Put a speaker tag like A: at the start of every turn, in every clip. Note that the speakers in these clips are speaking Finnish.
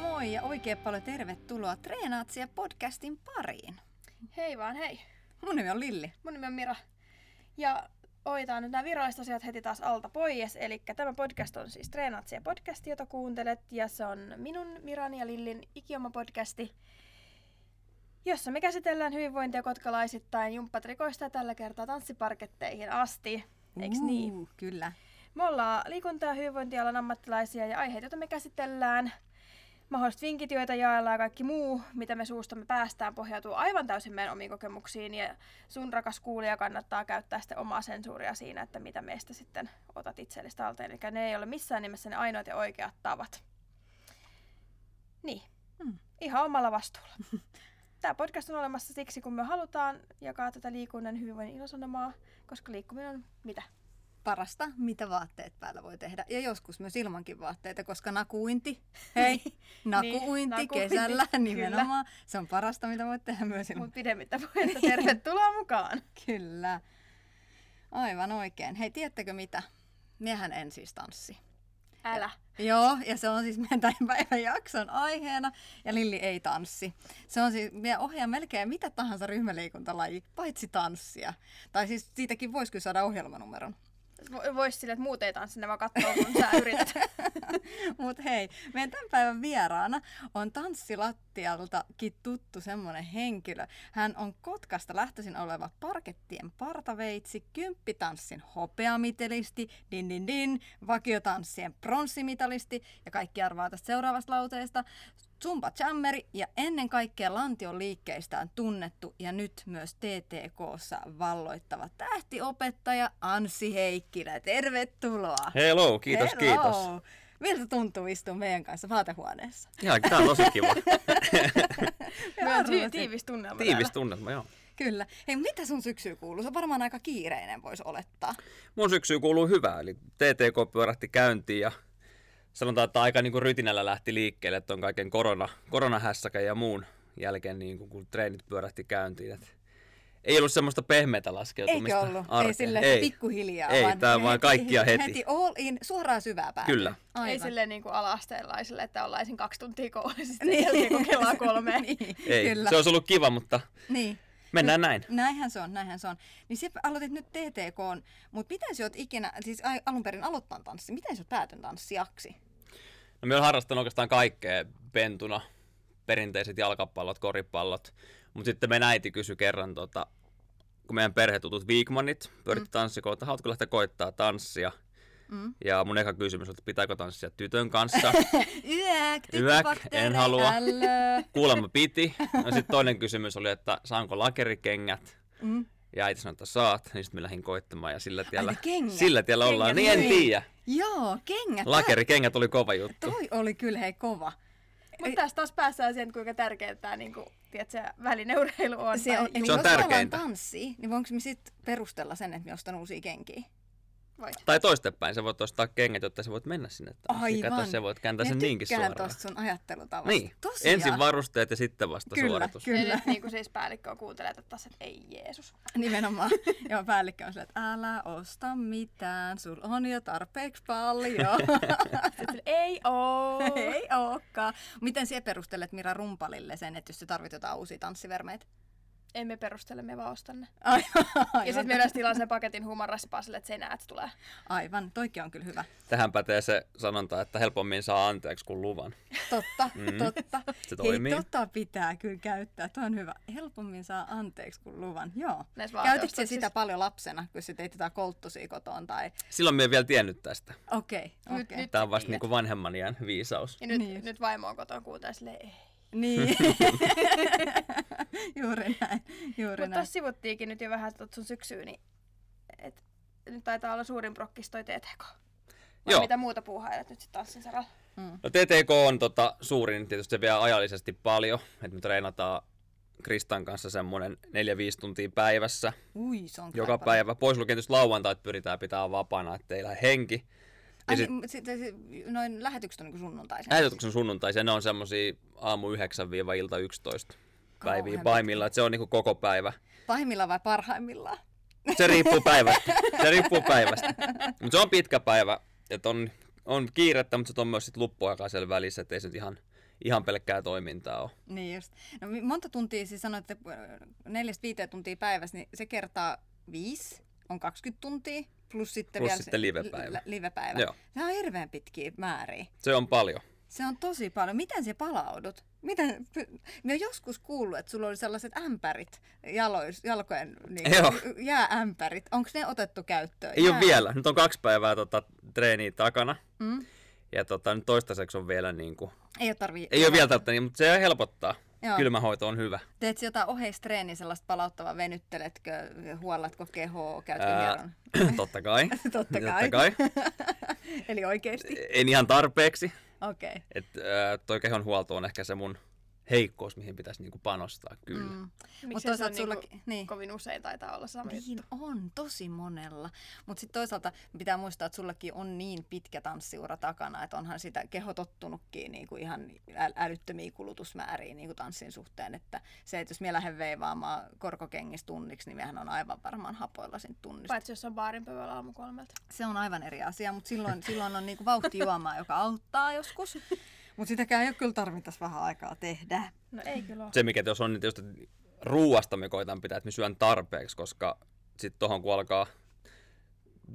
A: moi ja oikein paljon tervetuloa Treenaatsia podcastin pariin.
B: Hei vaan hei.
A: Mun nimi on Lilli.
B: Mun nimi on Mira. Ja oitaan nyt nämä virallisosiat heti taas alta pois. Eli tämä podcast on siis Treenaatsia podcast, jota kuuntelet. Ja se on minun, Miran ja Lillin ikioma podcasti, jossa me käsitellään hyvinvointia kotkalaisittain jumppatrikoista ja tällä kertaa tanssiparketteihin asti. Eiks niin?
A: Uu, Kyllä.
B: Me ollaan liikunta- ja hyvinvointialan ammattilaisia ja aiheet, joita me käsitellään, mahdolliset vinkit, joita jaellaan ja kaikki muu, mitä me suustamme päästään, pohjautuu aivan täysin meidän omiin kokemuksiin ja sun rakas kuulija kannattaa käyttää sitten omaa sensuuria siinä, että mitä meistä sitten otat itsellesi talteen. Eli ne ei ole missään nimessä ne ainoat ja oikeat tavat. Niin,
A: Mm.
B: ihan omalla vastuulla. Tämä podcast on olemassa siksi, kun me halutaan jakaa tätä liikunnan hyvinvoinnin ilosanomaa, koska liikkuminen on mitä?
A: Parasta, mitä vaatteet päällä voi tehdä. Ja joskus myös ilmankin vaatteita, koska nakuinti, hei, nakuinti
B: nakuinti,
A: kesällä
B: kyllä.
A: nimenomaan. Se on parasta, mitä voit tehdä myös ilman.
B: Mun pidemmittä puhetta, tervetuloa mukaan!
A: Kyllä. Aivan oikein. Hei, tiedättekö mitä? Miehän en siis tanssi.
B: Älä!
A: Joo, ja se on siis meidän tämän päivän jakson aiheena, ja Lilli ei tanssi. Se on siis, meidän ohjaa melkein mitä tahansa ryhmäliikuntalaji, paitsi tanssia. Tai siis siitäkin voisi kyllä saada ohjelmanumeron.
B: Vo- Voisi sille, että muut ei tanssi, ne vaan katsoo, kun sä yrität.
A: Mutta hei, meidän tämän päivän vieraana on tanssilattialtakin tuttu semmoinen henkilö. Hän on Kotkasta lähtöisin oleva parkettien partaveitsi, kymppitanssin hopeamitelisti, din din din, vakiotanssien pronssimitalisti ja kaikki arvaa tästä seuraavasta lauteesta. Zumba Jammeri ja ennen kaikkea lantion liikkeistään tunnettu ja nyt myös TTKssa valloittava tähtiopettaja Ansi Heikkilä. Tervetuloa!
C: Hello, kiitos,
A: Hello.
C: kiitos.
A: Miltä tuntuu istua meidän kanssa vaatehuoneessa?
C: Ihan, tää on tosi kiva.
B: Meillä on
A: Varmasti.
B: ti- tiivis tunnelma
C: Tiivis
B: täällä.
C: tunnelma, joo.
A: Kyllä. Hei, mitä sun syksy kuuluu? Se on varmaan aika kiireinen, voisi olettaa.
C: Mun syksy kuuluu hyvää, eli TTK pyörähti käyntiin ja sanotaan, että aika niin kuin rytinällä lähti liikkeelle, että on kaiken korona, koronahässäkän ja muun jälkeen, niin kuin, kun treenit pyörähti käyntiin. Et ei ollut semmoista pehmeätä
A: Eikö
C: laskeutumista
A: ollut? Ei
C: arkeen.
A: sille ei. pikkuhiljaa.
C: Ei, tää on
A: heti-
C: vaan kaikkia heti.
A: Heti all in, suoraan syvää päälle.
C: Kyllä.
A: Aivan.
B: Ei silleen niin kuin alasteenlaisille, että ollaan ensin kaksi tuntia koulussa
A: Niin.
B: niin. jälkeen kun kelaa kolme.
A: niin,
C: Ei,
A: Kyllä.
C: se olisi ollut kiva, mutta
A: Niin.
C: mennään näin.
A: Näinhän se on, näinhän se on. Niin sä aloitit nyt TTK, mutta miten sä oot ikinä, siis ai- alun perin aloittanut tanssi, miten sä oot päätynyt tanssijaksi?
C: No, minä olen harrastanut oikeastaan kaikkea pentuna, perinteiset jalkapallot, koripallot, mutta sitten meidän äiti kysyi kerran, tota, kun meidän perhetutut Viikmanit pyöritti mm. tanssikoon, että haluatko lähteä koittaa tanssia?
A: Mm.
C: Ja mun eka kysymys oli, että pitääkö tanssia tytön kanssa?
A: Yäk,
C: Yäk,
A: tyttöbakteereja,
C: en halua.
A: ällö.
C: Kuulemma piti. No sitten toinen kysymys oli, että saanko lakerikengät?
A: Mm.
C: Ja äiti sanoi, että saat. Niin sitten mä lähdin koittamaan ja sillä tiellä,
A: ne kengät.
C: sillä tiellä ollaan. Niin
A: Kengät,
C: en
A: niin.
C: tiedä.
A: Joo, kengät.
C: Lakerikengät oli kova juttu.
A: Toi oli kyllä hei kova.
B: Mutta tässä taas päästään siihen, että kuinka tärkeää tämä niin kuin, tiedätkö, välineurheilu on.
A: Se on,
B: tai-
A: eli
C: Se on
A: jos me ollaan
C: tärkeintä.
A: tanssii, niin voinko me sitten perustella sen, että me ostan uusia kenkiä?
B: Voit.
C: Tai toistepäin, sä voit ostaa kengät, jotta sä voit mennä sinne tanssiin. Kato, sä voit kääntää
A: Minä
C: sen niinkin
A: tykkään
C: suoraan.
A: tosta sun ajattelutavasta.
C: Niin,
A: Tosiaan.
C: ensin varusteet ja sitten vasta
A: Kyllä,
C: suoritus.
A: kyllä.
B: Eli nyt niin kuin siis päällikkö on kuuntelee tätä taas, että ei Jeesus.
A: Nimenomaan. Joo, päällikkö on sillä, että älä osta mitään, sul on jo tarpeeksi paljon.
B: Sitten ei oo.
A: Ei ookaan. Miten sä perustelet Mira Rumpalille sen, että jos sä tarvit jotain uusia tanssivermeitä?
B: Emme perustele, me vaan ostan ne.
A: Aivan.
B: Ja sitten me yleensä tilaan sen paketin humaraspaa sille, että se ei näe, että se tulee.
A: Aivan, toikin on kyllä hyvä.
C: Tähän pätee se sanonta, että helpommin saa anteeksi kuin luvan.
A: Totta, mm.
C: Mm.
A: totta.
C: Se toimii.
A: Hei, tota pitää kyllä käyttää. Tuo on hyvä. Helpommin saa anteeksi kuin luvan. Joo.
B: Näissä Siis
A: Käytitkö sä
B: vaateostoksissa.
A: sitä paljon lapsena, kun sä teit jotain kolttusia kotoon? Tai...
C: Silloin me en vielä tiennyt tästä.
A: Okei, okay,
B: Nyt-
A: okei.
B: nyt-
C: Tämä on
B: Tiedät.
C: vasta niinku vanhemman iän viisaus.
B: Ja nyt,
A: Niin just.
B: nyt vaimo on kotona kuuntelee silleen, ei.
A: Niin. juuri näin, juuri
B: Mutta
A: näin.
B: tuossa sivuttiinkin nyt jo vähän tuota sun syksyyn, niin et, nyt taitaa olla suurin prokkis toi TTK. Vai
C: Joo.
B: mitä muuta puuhailet nyt sitten tanssin saralla?
C: No TTK on tota, suurin, tietysti se vie ajallisesti paljon, että me treenataan Kristan kanssa semmoinen 4-5 tuntia päivässä
A: Ui, se on
C: joka päivä. Pois lukien tietysti lauantai, että pyritään pitää vapaana, ettei lähde henki. Ja sit
A: Niin, sit, sit, noin lähetykset on niin sunnuntaisin.
C: äänityksön sunnuntaisia, ne on semmoisia aamu 9-ilta 11 päiviä
A: Kauhean
C: pahimmillaan, että se on niinku koko päivä.
A: Pahimmillaan vai parhaimmillaan?
C: Se riippuu päivästä. Se riippuu päivästä. Mutta se on pitkä päivä. Et on, on kiirettä, mutta se on myös sit loppuaikaa siellä välissä, että ei se nyt ihan, ihan pelkkää toimintaa ole.
A: Niin just. No, mi- monta tuntia, siis sanoit, että äh, neljästä viiteen tuntia päivässä, niin se kertaa viisi on 20 tuntia, plus sitten
C: Plus
A: vielä se
C: sitten livepäivä.
A: li- livepäivä.
C: Joo.
A: Tämä on hirveän pitkiä määriä.
C: Se on paljon.
A: Se on tosi paljon. Miten se palaudut? Miten, py- mä oon joskus kuullut, että sulla oli sellaiset ämpärit, jalois, jalkojen niin
C: Joo.
A: jääämpärit. Onko ne otettu käyttöön?
C: Ei ole
A: Jää-
C: vielä. Nyt on kaksi päivää tota, treeniä takana.
A: Mm.
C: Ja tota, nyt toistaiseksi on vielä niin kuin,
A: Ei ole tarvii.
C: ei ole vielä tältä, niin, mutta se helpottaa.
A: Joo.
C: Joo. Kylmähoito on hyvä.
A: Teet sä jotain oheistreeniä, sellaista palauttavaa, venytteletkö, huollatko kehoa, käytkö
C: Ää,
A: hieron?
C: Totta kai.
A: Totta kai. Eli oikeesti?
C: En ihan tarpeeksi.
A: Okei. Okay.
C: Et, äh, toi kehon huolto on ehkä se mun heikkous, mihin pitäisi niinku panostaa kyllä. Mm.
A: Mutta
B: Miksi se on niinku
A: toisaalta
B: sulla...
A: sullakin... Niin.
B: kovin usein taitaa olla sama juttu.
A: Niin on, tosi monella. Mutta sitten toisaalta pitää muistaa, että sullakin on niin pitkä tanssiura takana, että onhan sitä keho tottunutkin niinku ihan äl- älyttömiin kulutusmääriin niinku tanssin suhteen. Että se, että jos minä lähden veivaamaan korkokengistä tunniksi, niin mehän on aivan varmaan hapoilla siinä tunnista.
B: Paitsi jos on baarin pöydällä aamu kolmelta.
A: Se on aivan eri asia, mutta silloin, silloin on niinku vauhtijuomaa, joka auttaa joskus. Mutta sitäkään ei ole kyllä tarvittaisi vähän aikaa tehdä.
B: No ei kyllä ole.
C: Se mikä jos on, niin tietysti ruuasta me koitan pitää, että me syön tarpeeksi, koska sitten tohon kun alkaa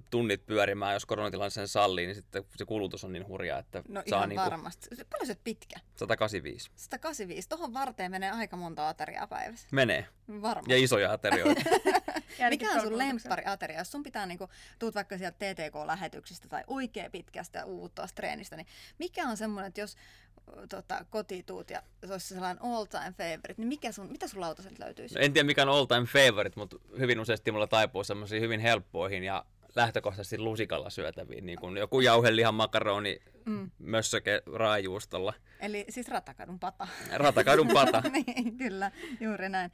C: tunnit pyörimään, jos koronatilanne sen sallii, niin sitten se kulutus on niin hurjaa, että
A: No
C: saa
A: ihan
C: niinku
A: varmasti. Se- Paljon se oot pitkä?
C: 185.
A: 185. Tuohon varteen menee aika monta ateriaa päivässä.
C: Menee.
A: Varmaan.
C: Ja isoja aterioita. No,
A: Mikä on sun lemppariateria? Jos sun pitää niinku, tuut vaikka sieltä TTK-lähetyksestä tai oikein pitkästä uuttuasta treenistä, niin mikä on semmoinen, että jos ö, tota, kotiin tuut ja se olisi sellainen all time favorite, niin mikä sun, mitä sun lautaselta löytyisi?
C: No, en tiedä mikä on all time favorite, mutta hyvin useasti mulla taipuu semmoisiin hyvin helppoihin ja lähtökohtaisesti lusikalla syötäviin, niin kuin joku jauhelihan makaroni mm. mössöke raajuustolla.
A: Eli siis ratakadun pata.
C: Ratakadun pata.
A: niin, kyllä, juuri näin.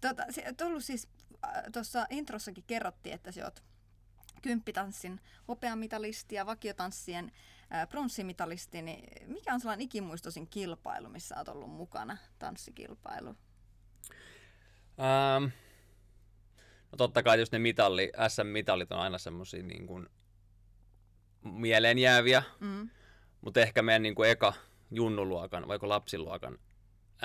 A: Tota, se, et ollut siis, äh, tuossa introssakin kerrottiin, että sä oot kymppitanssin hopeamitalisti ja vakiotanssien äh, pronssimitalisti, niin mikä on sellainen ikimuistoisin kilpailu, missä oot ollut mukana, tanssikilpailu?
C: Ähm, no totta kai just ne mitalli, SM-mitallit on aina semmosia niin kuin mieleen jääviä,
A: Mm.
C: mutta ehkä meidän niin kuin eka junnuluokan, vaikka lapsiluokan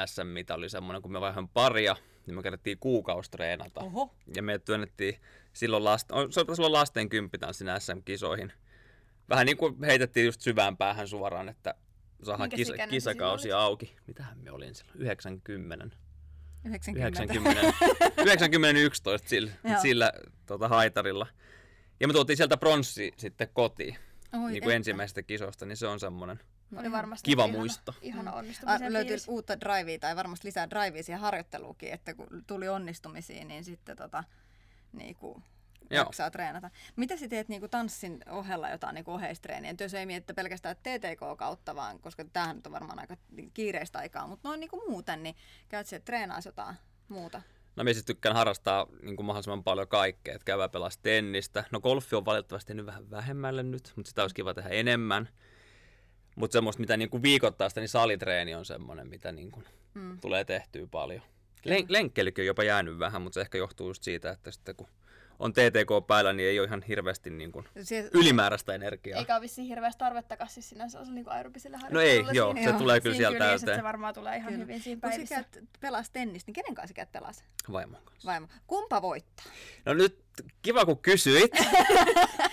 C: SM-mitali oli semmoinen, kun me vaihan paria, niin me kerättiin kuukaus treenata.
A: Oho.
C: Ja me työnnettiin silloin, last, on- se oli silloin lasten kymppitanssin SM-kisoihin. Vähän niin kuin heitettiin just syvään päähän suoraan, että saadaan
B: Minkäs
C: kisa,
B: ikäinen sä
C: kisakausi
B: silloin
C: auki. Mitähän me olin silloin? 90.
A: 90.
C: 90. 9011 sillä,
A: Joo.
C: sillä tota, haitarilla. Ja me tuotiin sieltä pronssi sitten kotiin
A: Oi,
C: niin
A: että.
C: kuin ensimmäisestä kisosta, niin se on semmoinen
B: Oli varmasti
C: Kiva
B: ihana-
C: muisto.
B: Ihana
A: Mm.
B: onnistumisen
A: Ah,
B: fiilis.
A: löytyi uutta drivea tai varmasti lisää drivea siihen harjoitteluukin, että kun tuli onnistumisiin, niin sitten tota, niinku,
C: Joo.
A: jaksaa treenata. Mitä sä teet niinku tanssin ohella jotain niinku oheistreeniä? Et Jos ei mietitä pelkästään TTK kautta vaan, koska tämähän nyt on varmaan aika kiireistä aikaa, mutta noin niinku muuten, niin käyt siellä treenaa jotain muuta.
C: No minä siis tykkään harrastaa niin kuin mahdollisimman paljon kaikkea, että käydään pelaa tennistä. No golfi on valitettavasti nyt vähän vähemmälle nyt, mutta sitä olisi kiva tehdä enemmän. Mutta semmoista, mitä niin kuin viikoittaista, niin salitreeni on semmoinen, mitä niin kuin
A: Mm.
C: mm. tulee tehtyä paljon. Len- lenkkeilykin on jopa jäänyt vähän, mutta se ehkä johtuu just siitä, että sitten kun on TTK päällä, niin ei ole ihan hirveästi niin kuin
A: Sie-
C: ylimääräistä energiaa.
B: Eikä ole vissiin hirveästi tarvettakaan siis sinänsä osa niinku aerobiselle
C: No ei,
B: harjoittelulle
C: joo,
B: siinä.
A: joo,
C: se tulee kyllä
B: Siinä
C: sieltä
B: kyljessä, että
C: täyteen
B: Se varmaan tulee ihan
A: Kyllä.
B: hyvin siinä
A: Kun sä
B: päivissä.
A: käyt pelas tennistä, niin kenen kanssa sä käyt pelas?
C: vaimon kanssa.
A: Vaimo. Kumpa voittaa?
C: No nyt kiva kun kysyit,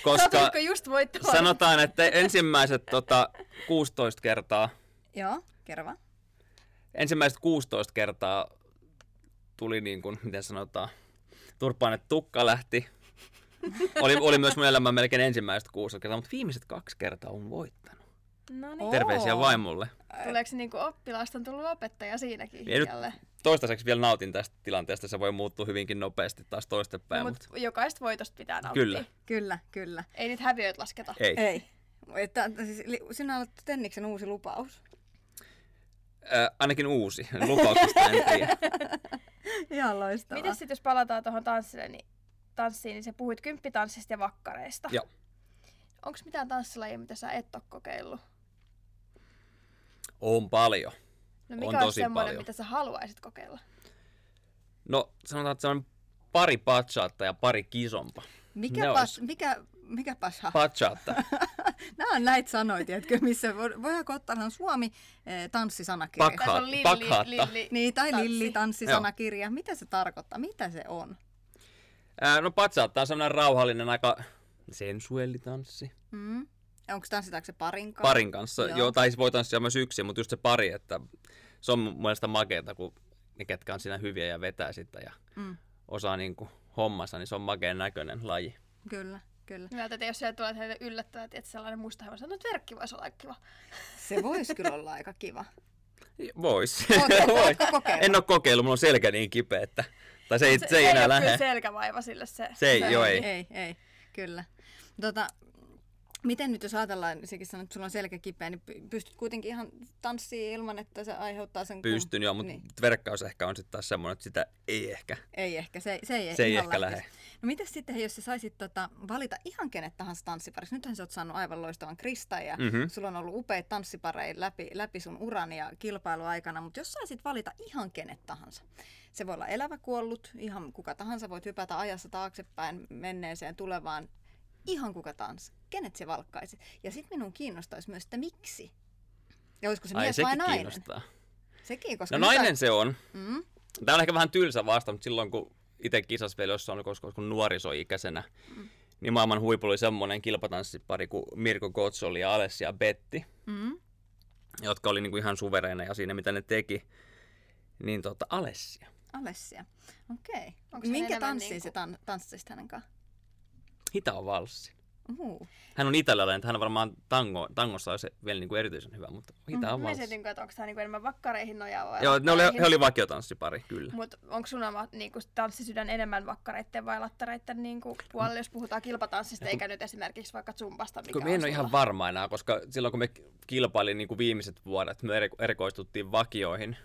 C: koska
B: Satutko just voittoon?
C: sanotaan, että ensimmäiset tota, 16 kertaa,
A: Joo, kerro vaan.
C: ensimmäiset 16 kertaa tuli niin kuin, miten sanotaan, turpaan, että tukka lähti. Oli, oli myös mun elämän melkein ensimmäiset 16 kertaa, mutta viimeiset kaksi kertaa on voittanut.
B: No
A: Oo.
B: niin.
C: Terveisiä vaimolle.
B: Tuleeko se niinku oppilaasta on tullut opettaja siinäkin
C: Ei nyt-
B: hiljalle?
C: Toistaiseksi vielä nautin tästä tilanteesta, se voi muuttua hyvinkin nopeasti taas toistepäin,
B: No,
C: no,
B: mut
C: mutta
B: jokaista voitosta pitää nauttia.
C: kyllä,
A: Kyllä, kyllä.
B: Ei niitä häviöitä lasketa.
C: ei.
A: Ei. Että, siis, li- sinä olet Tenniksen uusi lupaus.
C: Äh, ainakin uusi, lupauksesta en tiedä.
A: Ihan loistavaa.
B: Miten sitten jos palataan tuohon tanssille, niin tanssiin, niin sä puhuit kymppitanssista ja vakkareista.
C: Joo.
B: Onko mitään tanssilajia, mitä sä et ole kokeillut?
C: On paljon.
B: No
C: On
B: mikä on
C: tosi
B: semmoinen,
C: paljon.
B: mitä sä haluaisit kokeilla?
C: No sanotaan, että se on pari patsaatta ja pari kisompa.
A: Mikä,
C: Ne
A: pas,
C: ois-
A: mikä, mikä pasha?
C: Patsaatta.
A: Nämä on näitä sanoja, tiedätkö, missä voi- voidaanko ottaa ihan suomi eh, tanssisanakirja.
C: Pak-
D: Tässä
C: Haatta-
D: on Lilli,
C: pakhaatta.
D: Lilli,
A: Niin, tai
D: tanssi.
A: Lilli tanssisanakirja. Mitä se tarkoittaa? Mitä se on?
C: Ää, no patsaat, tää on semmoinen rauhallinen, aika sensuellitanssi.
A: Mm. Onko tanssitaanko se parin kanssa?
C: Parin kanssa,
A: Joo.
C: joo. joo tai siis voi tanssia myös yksin, mutta just se pari, että se on mun mielestä makeeta, kun ne ketkä on siinä hyviä ja vetää sitä ja
A: Mm.
C: osaa niin kuin hommansa, niin se on makeen näköinen laji.
A: Kyllä, kyllä.
B: Mieltä, että jos siellä tulee heille yllättävää, että sellainen musta hevonen sanoo, no, että verkki voisi olla kiva.
A: Se voisi kyllä olla aika kiva.
C: Vois.
A: Ootko-
C: Voi.
A: ootko kokeillut?
C: en ole kokeillut, mulla on selkä niin kipeä, että... Tai se, ei- se, ei enää
B: ole kyllä
C: lähde.
B: selkävaiva sille se.
C: Se ei, joo ei.
A: Ei, ei, kyllä. Tota, miten nyt jos ajatellaan, niin sekin sanoit, että sulla on selkä kipeä, niin py- pystyt kuitenkin ihan tanssiin ilman, että se aiheuttaa sen... kun-
C: Pystyn joo, mutta
A: Niin.
C: niin. verkkaus ehkä on sitten taas semmoinen, että sitä ei ehkä.
A: Ei ehkä, se, se ei,
C: Se ei
A: ihan
C: ehkä
A: lähtisi.
C: lähde.
A: No mitäs sitten, jos sä saisit tota, valita ihan kenet tahansa tanssipariksi? Nythän sä oot saanut aivan loistavan Krista ja mm-hmm.
C: Mhm.
A: sulla on ollut upeita tanssipareja läpi, läpi sun uran ja kilpailuaikana, mutta jos saisit valita ihan kenet tahansa, se voi olla elävä kuollut, ihan kuka tahansa, voit hypätä ajassa taaksepäin menneeseen tulevaan, ihan kuka tahansa, kenet se valkkaisit? Ja sitten minun kiinnostaisi myös, että miksi? Ja olisiko se
C: Ai
A: mies vai
C: sekin
A: nainen?
C: kiinnostaa.
A: Sekin, koska
C: No
A: mitä-
C: nainen se on.
A: Mm,
C: Tämä on ehkä vähän tylsä vasta, mutta silloin kun itse kisas vielä jossain, koska kun nuorisoikäisenä,
A: Mm.
C: niin maailman huipulla oli semmoinen kilpatanssipari kuin Mirko Gotsoli ja Alessia Betti,
A: mm,
C: jotka oli niinku ihan suvereineja siinä, mitä ne teki. Niin tota, Alessia.
A: Alessia. Okei.
B: Onks hän
A: Minkä
B: enemmän
A: tanssin
B: niinku-
A: se tan- tanssisit hänen kanssa?
C: Hitaa valssi.
A: Uhu.
C: Hän on italialainen, että hän on varmaan tango, tangossa olisi vielä niinku erityisen hyvä, mutta hitaa
A: Mm,
B: Mä
C: valssi.
B: mietin, että onko tämä niinku enemmän vakkareihin nojaava.
C: Joo, ne oli, he oli vakiotanssipari, kyllä.
B: Mutta onko sun oma niinku, tanssisydän enemmän vakkareitten vai lattareitten niinku, puolella, jos puhutaan kilpatanssista, eikä nyt esimerkiksi vaikka zumbasta, mikä
C: Kun mä en
B: on
C: ole
B: sulla?
C: ihan varma enää, koska silloin kun me kilpailin niin kuin viimeiset vuodet, me eriko- erikoistuttiin vakioihin.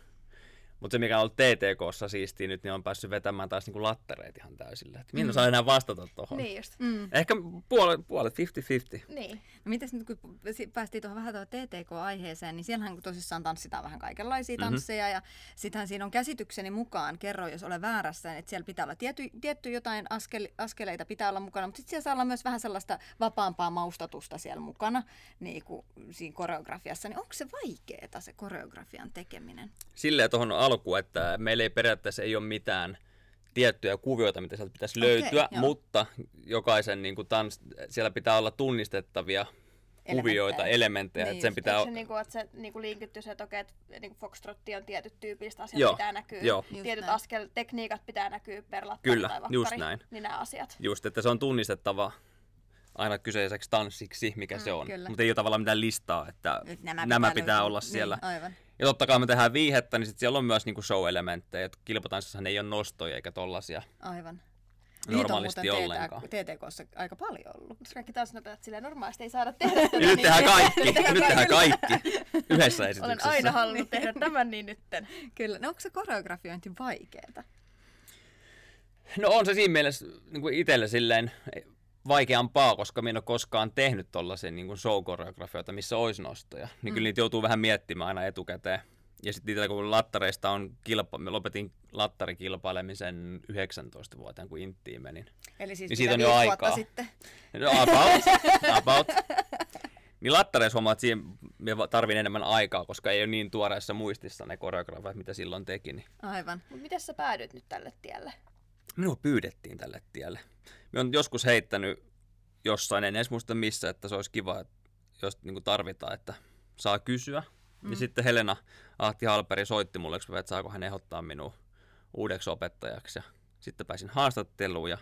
C: Mutta se, mikä on ollut TTKssa siistiä nyt, niin on päässyt vetämään taas niin kuin lattereet ihan täysillä. Et Minä en osaa enää vastata tuohon.
B: Mm. Niin just.
A: Mm.
C: Ehkä puolet, puolet 50-50.
B: Niin.
A: No mitäs nyt, kun si- päästiin tuohon vähän tuohon TTK-aiheeseen, niin siellähän tosissaan tanssitaan vähän
C: Mhm.
A: kaikenlaisia tansseja, mm-hmm. ja sitähän siinä on käsitykseni mukaan, kerro jos olen väärässä, että siellä pitää olla tietty, tietty jotain askel, askeleita pitää olla mukana, mutta sitten siellä saa olla myös vähän sellaista vapaampaa maustatusta siellä mukana, niin kuin siinä koreografiassa, niin onko se vaikeeta se koreografian tekeminen?
C: Silleen tuohon alkuun, että meillä ei periaatteessa ei ole mitään tiettyjä kuvioita, mitä sieltä pitäisi
A: Okei,
C: löytyä,
A: joo.
C: mutta jokaisen niin kuin tans, siellä pitää olla tunnistettavia kuvioita,
A: Elementtejä.
C: elementtejä.
A: Niin
C: että sen
A: just.
C: pitää
B: Eikö
C: o-
B: se, niinku, että se niinku, linkitty se, että okei, että niinku, foxtrotti on tietyt tyypillistä asiat,
C: Joo,
B: pitää näkyä.
C: joo.
A: Just
B: Tietyt
A: näin.
B: askel, tekniikat pitää näkyä per lattari
C: Kyllä,
B: tai vakkari.
C: just näin.
B: Niin nämä asiat.
C: Just, että se on tunnistettava aina kyseiseksi tanssiksi, mikä mm, se on.
A: kyllä.
C: Mutta ei ole tavallaan mitään listaa, että
A: Nyt
C: nämä, nämä pitää, pitää
A: löytää.
C: olla siellä.
A: Niin, aivan.
C: Ja totta kai me tehdään viihettä, niin sit siellä on myös niinku show-elementtejä. Et Kilpatanssissahan ei ole nostoja eikä tollasia.
A: Aivan.
C: Normaalisti
A: Niitä on muuten
C: ollenkaan.
A: TTKssa aika paljon ollut.
B: Koska kaikki tanssinopetat silleen normaalisti ei saada tehdä tätä,
C: Ja nyt
B: niin
C: tehdään kaikki, nyt tehdään kaikki yhdessä
B: Olen
C: esityksessä.
B: aina halunnut tehdä tämän, niin nytten.
A: Kyllä. No onko se koreografiointi vaikeeta?
C: No on se siinä mielessä niin itsellä silleen vaikeampaa, koska minä en ole koskaan tehnyt tollaisia niin show-koreografioita, missä olisi nostoja. Niin kyllä niitä joutuu vähän miettimään aina etukäteen. Ja sitten niitä kun lattareista on kilpa, me lopetin lattarikilpailemisen 19-vuotiaan, kun Inttiin menin.
A: Eli siis
C: Niin siitä
A: mitä
C: on jo
A: viisi vuotta
C: aikaa.
A: Sitten.
C: No about, about. Niin lattareissa huomaa, että siihen me tarvin enemmän aikaa, koska ei ole niin tuoreessa muistissa ne koreografiat, mitä silloin teki. Niin
A: Aivan.
B: Mutta miten sä päädyit nyt tälle tielle?
C: minua pyydettiin tälle tielle. Minä olen joskus heittänyt jossain, en edes muista missä, että se olisi kiva, että jos niin tarvitaan, että saa kysyä. Mm. Ja sitten Helena Ahti Halperi soitti mulle, yksi päivä, että saako hän ehdottaa minua uudeksi opettajaksi. Ja sitten pääsin haastatteluun ja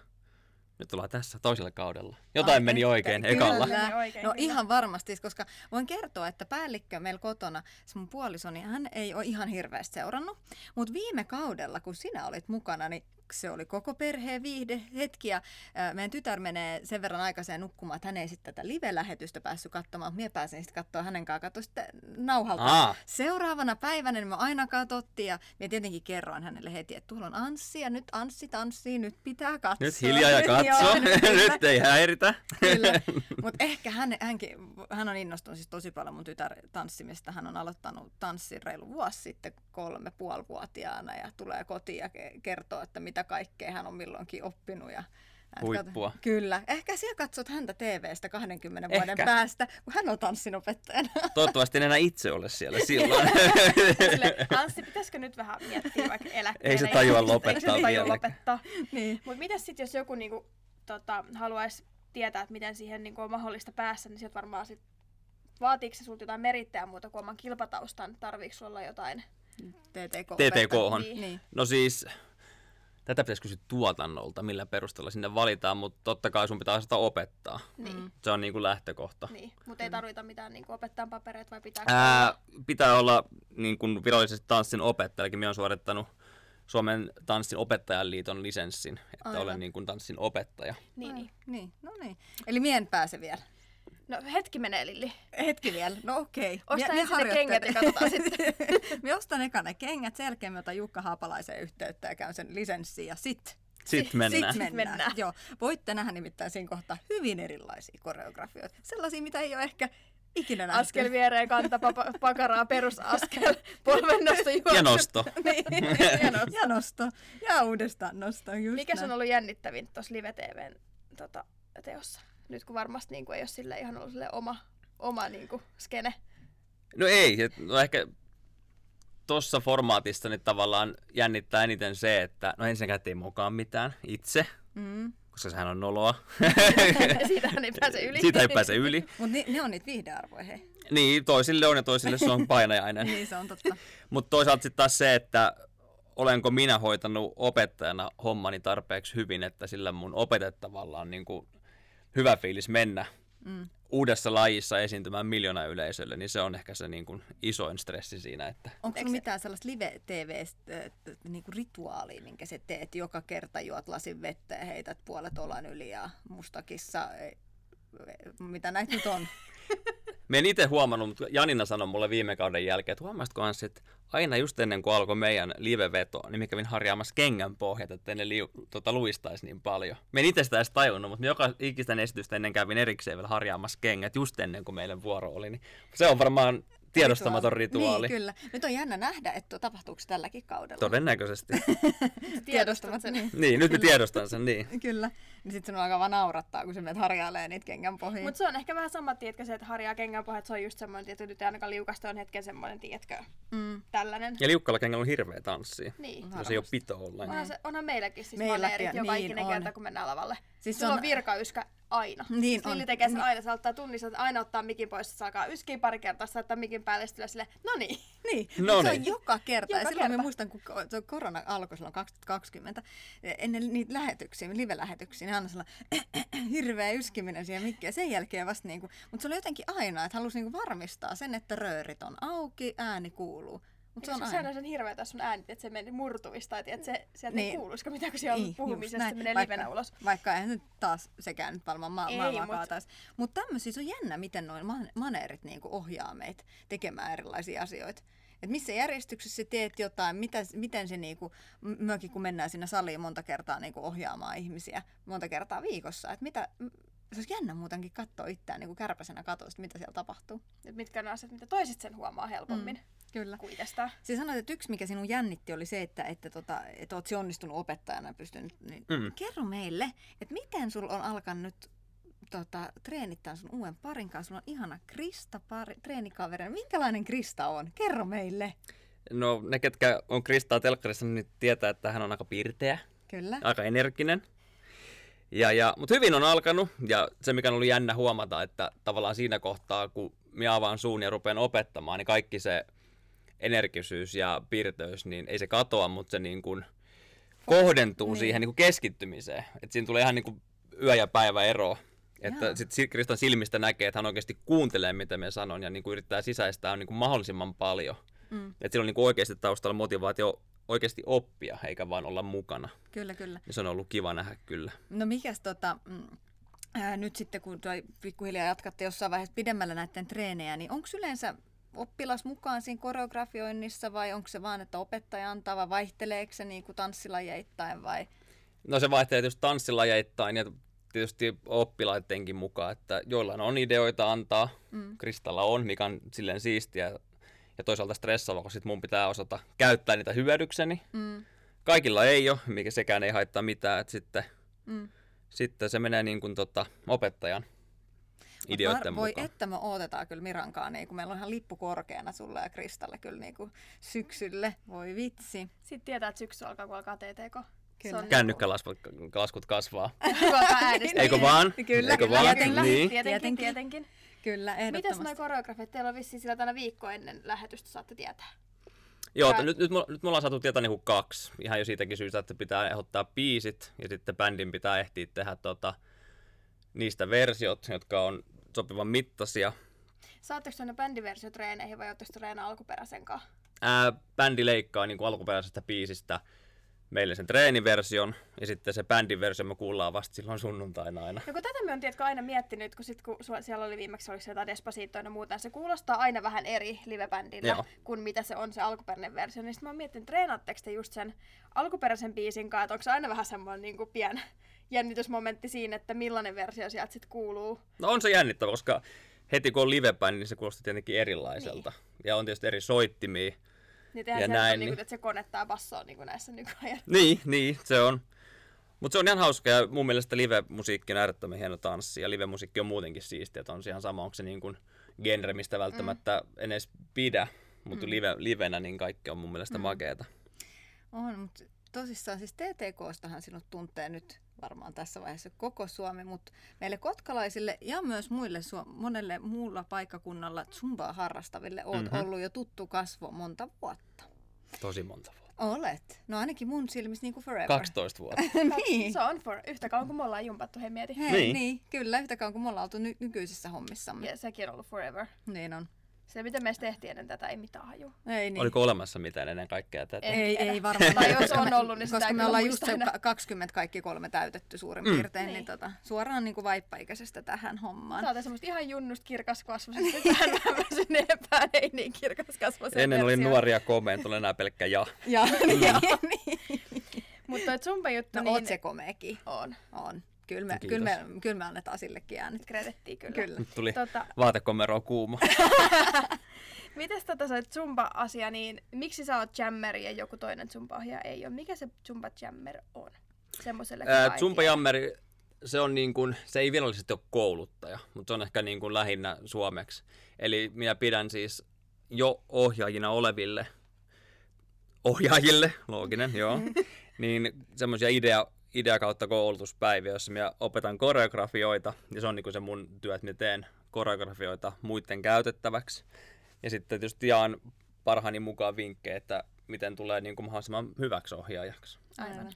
C: nyt ollaan tässä toisella kaudella. Jotain
A: Ai
C: Ai meni
A: että,
C: oikein
A: kyllä.
C: ekalla.
B: Meni oikein,
A: no
B: kyllä.
A: ihan varmasti, koska voin kertoa, että päällikkö meillä kotona, se mun puoliso, niin hän ei ole ihan hirveästi seurannut. Mutta viime kaudella, kun sinä olit mukana, niin se oli koko perheen viihde hetki ja äh, meidän tytär menee sen verran aikaiseen nukkumaan, että hän ei sitten tätä live-lähetystä päässyt katsomaan, mutta minä pääsin sitten katsoa hänen kanssaan, katsoin sitten nauhalta
C: Aa,
A: Seuraavana päivänä niin me aina katsottiin ja minä tietenkin kerroin hänelle heti, että tuolla on Anssi ja nyt Anssi tanssii, nyt pitää katsoa.
C: nyt hiljaa ja katso.
A: joo, nyt, kyllä,
C: nyt ei häiritä.
A: kyllä. Mutta ehkä hän, hänkin, hän on innostunut siis tosi paljon mun tytär tanssimista. Hän on aloittanut tanssin reilu vuosi sitten kolme puolivuotiaana ja tulee kotiin ja ke- kertoo, että mitä kaikkea hän on milloinkin oppinut ja Hän
C: Huippua.
A: Katsot, kyllä. Ehkä siellä katsot häntä TV-stä 20 vuoden
C: Ehkä.
A: päästä, kun hän on tanssinopettajana.
C: Toivottavasti en enää itse ole siellä silloin.
B: Sille, Anssi, pitäisikö nyt vähän miettiä vaikka eläkkeelle?
C: Ei se tajua
B: Ei se
C: lopettaa
B: tajua
C: vieläkään.
B: lopettaa.
A: niin.
B: Mutta mitäs sitten, jos joku niinku, tota, haluaisi tietää, että miten siihen niinku, on mahdollista päästä, niin sieltä varmaan sit, vaatiiko se sulta jotain merittäjää muuta kuin oman kilpataustan? Tarviiko sulla olla jotain?
A: TTK.
C: TTK:hon.
A: opettaa. Niin.
C: No siis, tätä pitäisi kysyä tuotannolta, millä perusteella sinne valitaan, mutta totta kai sun pitää sitä opettaa.
B: Niin. Mm.
C: Se on niin kuin lähtökohta.
B: Niin, mutta ei tarvita mitään niinku, opettajan papereita vai pitää?
C: Ää, pitää olla niin kuin virallisesti tanssin opettajakin. Minä olen suorittanut Suomen tanssin opettajan liiton lisenssin, että
A: Aivan.
C: olen niin kuin tanssin opettaja.
B: niin, niin.
A: Niin, no niin. Eli mien en pääse vielä.
B: No hetki menee, Lilli.
A: Hetki vielä, no okei.
B: Ostan
A: Mie- mie
B: ensin ne
A: harjoittelen.
B: kengät ja katsotaan sitten.
A: Mie ostan eka ne kengät, sen jälkeen mä otan Jukka Haapalaisen yhteyttä ja käyn sen lisenssiin ja sit.
C: Sitten mennään.
A: Sit mennään.
B: mennään.
A: Joo. Voitte nähdä nimittäin siinä kohtaa hyvin erilaisia koreografioita. Sellaisia, mitä ei ole ehkä ikinä nähty.
B: Askel viereen kanta papa- pakaraa perusaskel. Polvennosto
C: Ja
B: juoksu.
C: nosto.
A: niin.
B: Ja nosto.
A: ja nosto. Ja uudestaan nosto. Just
B: Mikä se
A: näin.
B: on ollut jännittävin tuossa Live TVn tota, teossa? Nyt kun varmasti niin kuin, ei ole sille ihan ollut sille oma, oma niin kuin, skene.
C: No ei, et- no ehkä tuossa formaatissa niin tavallaan jännittää eniten se, että no ensinnäkään ettei mokaa mitään itse,
A: Mm.
C: koska sehän on noloa.
B: Siitähän ei pääse yli.
C: Siitä ei pääse yli.
A: Mutta ni, ne on niitä viihdearvoja, hei.
C: Niin, toisille on ja toisille se on painajainen.
A: Niin se on totta.
C: Mutta toisaalta sitten taas se, että olenko minä hoitanut opettajana hommani tarpeeksi hyvin, että sillä mun opetettavalla on niin kuin hyvä fiilis mennä
A: Mm.
C: uudessa lajissa esiintymään miljoona yleisölle, niin se on ehkä se niin kuin isoin stressi siinä, että
A: Onko
B: Eikö
A: sulla
B: se-
A: mitään sellaista live-tv-niinku niinku rituaalia, minkä sä teet joka kerta, juot lasin vettä ja heität puolet olan yli ja mustakissa, ei- e, mitä näitä nyt on?
C: Mä en itse huomannut, mutta Janina sanoi mulle viime kauden jälkeen, että huomasitko Anssi, että aina just ennen kuin alkoi meidän liveveto, niin mä kävin harjaamassa kengän pohjat, että ne liu, tota, luistaisi niin paljon. Mä en itse sitä edes tajunnut, mutta mä joka ikisten esitystä ennen kävin erikseen vielä harjaamassa kengät just ennen kuin meidän vuoro oli. Niin se on varmaan tiedostamaton rituaali.
A: Niin, kyllä. Nyt on jännä nähdä, että tapahtuuko se tälläkin kaudella.
C: Todennäköisesti.
A: Tiedostamat.
B: sen.
A: Niin.
C: niin, nyt mä tiedostan sen, niin.
A: Kyllä. Niin sit sun alkaa vaan naurattaa, kun sä menet harjailee niitä kengän pohjiin.
B: Mutta se on ehkä vähän sama, tiedätkö, se, että harjaa kengän pohjat, se on just semmoinen, että nyt ei ainakaan liukasta on hetken semmoinen, tiedätkö,
A: mm.
B: tällainen.
C: Ja liukkalla kengällä on hirveä tanssi.
B: Niin.
C: No, se ei ole pito ollenkaan.
B: Onhan, se, onhan meilläkin siis
A: Meilläkin,
B: meilläkin, maneerit joka
A: niin
B: niin ikinen
A: on.
B: kerta, kun mennään lavalle.
A: Siis
B: Siis Sulla on,
A: on-
B: on virkayskä aina.
A: Niin
B: siis
A: on.
B: Lilli tekee sen
A: Niin.
B: aina, se auttaa tunnistaa, että aina ottaa mikin pois, se alkaa yskiä pari kertaa, se laittaa mikin päälle, sitten sille, no niin.
A: Niin,
C: No
A: no se on
C: niin.
A: joka kerta. Joka ja
B: Joka
A: silloin kerta. mä
B: kerta.
A: muistan, kun ko- se korona alkoi silloin 2020, ennen niitä lähetyksiä, live-lähetyksiä, niin aina sellainen hirveä yskiminen siihen mikkiin. Ja sen jälkeen vasta niinku, mutta se oli jotenkin aina, että halusi niinku varmistaa sen, että röörit on auki, ääni kuuluu. Mutta se on
B: Sehän
A: aina.
B: on sen hirveä tässä sun ääni, että se meni murtuista, että se, sieltä
A: Niin.
B: ei kuuluisiko mitä, kun siellä
A: Niin,
B: on
A: just
B: puhumisesta,
A: näin.
B: se menee
A: Vaikka-
B: livenä ulos.
A: Vaikka eihän nyt taas sekään nyt varmaan ma-
B: Ei,
A: maailmaa
B: mut-
A: kaataisi. Mutta tämmöisiä se on jännä, miten noin man- maneerit niinku ohjaa meitä tekemään erilaisia asioita. Et missä järjestyksessä sä teet jotain, mitä, miten se niinku, m- myökin kun mennään sinne saliin monta kertaa niinku ohjaamaan ihmisiä, monta kertaa viikossa, että mitä, m- se olisi jännä muutenkin katsoa itseään niinku kärpäsenä katosta, mitä siellä tapahtuu.
B: Et mitkä on ne asiat, mitä toiset sen huomaa helpommin
A: Kyllä.
B: mm. kuin itsestään.
A: Sä Siis sanoit, että yksi mikä sinun jännitti oli se, että, että, tota, että oot se onnistunut opettajana ja pystynyt. Niin mm.
C: Mm.
A: Kerro meille, että miten sulla on alkanut nyt tota, treenit tämän sun uuden parin kanssa. Sulla on ihana Krista pari, treenikaverina. Minkälainen Krista on? Kerro meille.
C: No ne, ketkä on Kristaa telkkarissa, niin tietää, että hän on aika pirteä.
A: Kyllä.
C: aika energinen. Ja, ja, mutta hyvin on alkanut, ja se mikä on ollut jännä huomata, että tavallaan siinä kohtaa, kun minä avaan suun ja rupean opettamaan, niin kaikki se energisyys ja pirteys, niin ei se katoa, mutta se niin kuin kohdentuu
A: Niin.
C: niin. siihen niin kuin keskittymiseen. Et siinä tulee ihan niin kuin yö ja päivä ero. Että
A: Jaa.
C: sitten Kristan silmistä näkee, että hän oikeasti kuuntelee, mitä me sanon, ja niin kuin yrittää sisäistää niin kuin mahdollisimman paljon.
A: Mm,
C: Että sillä on niin kuin oikeasti taustalla motivaatio oikeasti oppia, eikä vaan olla mukana.
A: kyllä, kyllä.
C: Ja niin se on ollut kiva nähdä kyllä.
A: No mikäs tota, mm, ää, nyt sitten kun toi pikkuhiljaa jatkatte jossain vaiheessa pidemmällä näiden treenejä, niin onko yleensä oppilas mukaan siinä koreografioinnissa vai onko se vaan, että opettaja antaa vai vaihteleeko se niin kuin tanssilajeittain vai?
C: No se vaihtelee tietysti tanssilajeittain ja tietysti oppilaidenkin mukaan, että joillain on ideoita antaa,
A: Mm.
C: mm. Kristalla on, mikä on silleen siistiä ja toisaalta stressaava, kun sit mun pitää osata käyttää niitä hyödykseni.
A: Mm,
C: Kaikilla ei ole, mikä sekään ei haittaa mitään, että sitten
A: mm.
C: Sitten se menee niin kuin tota, opettajan ideoiden
A: Var- voi
C: mukaan.
A: että me odotetaan kyllä Mirankaan, niin kun meillä on ihan lippu korkeana sulle ja Kristalle kyllä niin kuin syksylle. Voi vitsi.
B: Sitten tietää, että syksy alkaa, kun alkaa TTK.
A: Kyllä.
C: Kännykkälaskut laskut kasvaa.
B: Ruokaa äänestää.
C: Eikö vaan?
A: Niin. Kyllä,
C: Eikö
A: kyllä,
C: vaan?
A: kyllä.
C: Niin.
B: Tietenkin,
A: Tietenkin.
B: tietenkin.
A: Kyllä,
B: Mitäs
A: ehdottomasti.
B: noi koreografit? Teillä on vissiin sillä tänä viikko ennen lähetystä saatte tietää.
C: Joo, että
B: Tää-
C: nyt, nyt, me- nyt me ollaan saatu tietää niinku kaksi. Ihan jo siitäkin syystä, että pitää ehdottaa biisit ja sitten bändin pitää ehtiä tehdä tota, niistä versiot, jotka on sopivan mittaisia.
B: Saatteko tuonne bändiversiotreeneihin vai oletteko treena alkuperäisen kanssa?
C: Ää, bändi leikkaa niinku alkuperäisestä biisistä meille sen treeniversion ja sitten se bändin versio me kuullaan vasta silloin sunnuntaina aina.
B: No kun tätä me on tiedätkö, aina miettinyt, kun, sit, kun sua- siellä oli viimeksi oliko se jotain Despacitoa ja muuta, se kuulostaa aina vähän eri livebändillä
C: Joo.
B: kuin mitä se on se alkuperäinen versio. Niin sitten mä oon miettinyt, treenaatteko te just sen alkuperäisen piisin kanssa, että onko se aina vähän semmoinen niin kuin pien jännitysmomentti siinä, että millainen versio sieltä sitten kuuluu.
C: No on se jännittävä, koska heti kun on livepäin, niin se kuulostaa tietenkin erilaiselta. Niin. Ja on tietysti eri soittimia.
B: Niin tehdään
C: Ja
B: ja
C: näin,
B: näin, niin.
C: niin.
B: Kuin, että se konettaa bassoa niin kuin näissä nykyajan.
C: Niin, niin, se on. Mutta se on ihan hauska ja mun mielestä live-musiikki on äärettömän hieno tanssi ja live-musiikki on muutenkin siistiä, että on se ihan sama, onko se niin kuin genre, mistä välttämättä mm. en edes pidä, mutta mm. live, livenä niin kaikki on mun mielestä mm. makeeta.
A: On, mutta tosissaan siis TTKstahan sinut tuntee nyt varmaan tässä vaiheessa koko Suomi, mutta meille kotkalaisille ja myös muille suom- monelle muulla paikkakunnalla zumbaa harrastaville oot
C: Mhm.
A: mm-hmm. ollut jo tuttu kasvo monta vuotta.
C: Tosi monta vuotta.
A: Olet. No ainakin mun silmissä niin kuin forever.
C: 12 vuotta.
A: niin.
B: Se on for, yhtä kauan kuin me ollaan jumpattu, hei mieti.
A: Hei,
C: Niin.
A: niin. niin. kyllä, yhtä kauan kuin me ollaan oltu ny- nykyisissä hommissamme.
B: Ja sekin on ollut forever.
A: Niin on.
B: Se mitä me edes tehtiin ennen tätä, ei mitään haju.
A: Ei niin.
C: Oliko olemassa mitään ennen kaikkea tätä?
B: En
A: Ei,
B: tiedä.
A: ei varmaan.
B: Tai jos
A: koska
B: on
A: me-
B: ollut, niin sitä ei
A: Koska me
B: kyllä
A: ollaan
B: muista
A: just se
B: enää.
A: ka- 20 kaikki kolme täytetty suurin
C: Mm.
A: piirtein, niin,
B: Niin.
A: tota, suoraan niin kuin vaippaikäisestä tähän hommaan.
B: Sä oot semmoista ihan junnusta kirkaskasvasesta tähän vähän väsyneempään, ei niin kirkaskasvasesta.
C: Ennen olin nuori ja komea, tulee enää pelkkä ja.
A: Ja,
C: Mm.
A: niin, niin.
B: Mutta toi zumba juttu,
A: No
B: No niin
A: niin. oot se komeekin.
B: on.
A: On. Kyllä me,
C: No Kiitos.
A: kyllä me, kyllä me annetaan sillekin äänet.
B: Kredittiin kyllä.
A: Kyllä.
C: Nyt tuli
B: Tota,
C: vaatekomero kuuma.
B: mites tota se zumba-asia, niin miksi sä oot jammeri ja joku toinen zumba-ohjaaja ei ole? Mikä se zumba jammer on? Semmoiselle
C: Ää, Zumba Jammeri, se, on niin kuin, se ei virallisesti ole kouluttaja, mutta se on ehkä niin kuin lähinnä suomeksi. Eli minä pidän siis jo ohjaajina oleville, ohjaajille, looginen, joo, niin semmoisia idea, idea kautta koulutuspäiviä, jossa minä opetan koreografioita, ja se on niin kuin se mun työ, että minä teen koreografioita muiden käytettäväksi. Ja sitten tietysti jaan parhaani mukaan vinkkejä, että miten tulee niin kuin mahdollisimman hyväksi ohjaajaksi.
B: Aivan.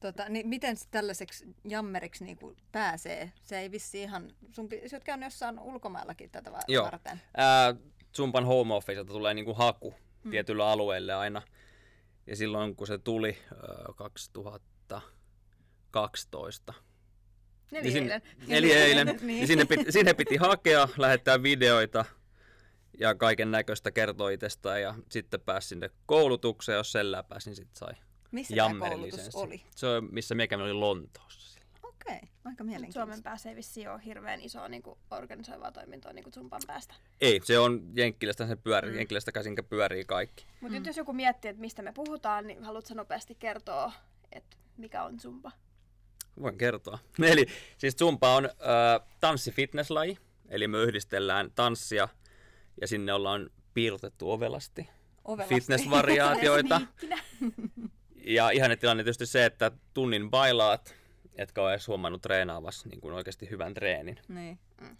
A: Tota, niin miten sit tällaiseksi jammeriksi niinku pääsee? Se ei vissi ihan... Sun, pi- sä oot käynyt jossain ulkomaillakin tätä va-
C: Joo.
A: varten.
C: ää, Zumban home officeilta tulee niinku haku mm. tietylle alueelle aina. Ja silloin kun se tuli ää, 2012,
B: Neli
C: niin
B: eilen.
C: Sinne, eli eilen.
A: Niin.
C: Niin. Sinne, piti, sinne piti hakea, lähettää videoita ja kaiken näköistä kertoa itsestään ja sitten pääsi sinne koulutukseen, jos sen läpäisi, niin sitten sai
A: Missä tämä koulutus
C: jammerillisensä.
A: oli?
C: Se on, missä meikä oli Lontoossa. silloin.
A: Okei, okay. aika
B: Mut
A: mielenkiintoista.
B: Suomen päässä ei vissiin ole hirveän isoa niinku, organisoivaa toimintoa niinku zumban päästä.
C: Ei, se on Jenkkilästä, se pyörii, mm. Jenkkilästä käsin pyörii kaikki.
B: Mutta
A: Mm.
B: nyt jos joku miettii, että mistä me puhutaan, niin haluatko nopeasti kertoa, että mikä on zumba?
C: Voin kertoa. Eli siis Zumba on äh, tanssifitnesslaji, eli me yhdistellään tanssia ja sinne ollaan piirrotettu ovelasti,
A: Ovelasti.
C: fitnessvariaatioita.
B: Sneakkinä.
C: ja ihanne tilanne tietysti se, että tunnin bailaat, etkä ole edes huomannut treenaavas niin kuin oikeasti hyvän treenin,
A: Niin,